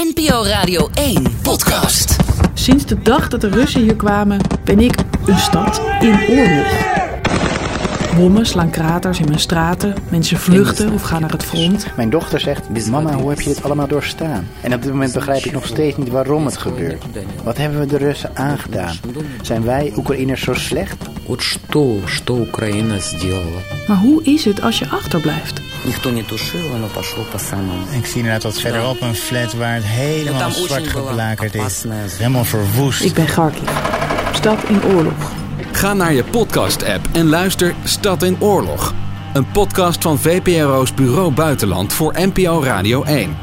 NPO Radio 1 podcast. Sinds de dag dat de Russen hier kwamen, ben ik een stad in oorlog. Bommen slaan kraters in mijn straten, mensen vluchten of gaan naar het front. Mijn dochter zegt: Mama, hoe heb je dit allemaal doorstaan? En op dit moment begrijp ik nog steeds niet waarom het gebeurt. Wat hebben we de Russen aangedaan? Zijn wij Oekraïners zo slecht? Вот что, что Украина сделала? Maar hoe is het als je achterblijft? Никто не тушил, оно пошло по самому. Ik zie inderdaad wat verderop een flat waar het helemaal Tam zwart oezen geblakerd wel is. afpassen. Helemaal verwoest. Ik ben Kharkiv, stad in oorlog. Ga naar je podcast-app en luister Stad in Oorlog. Een podcast van VPRO's Bureau Buitenland voor NPO Radio 1.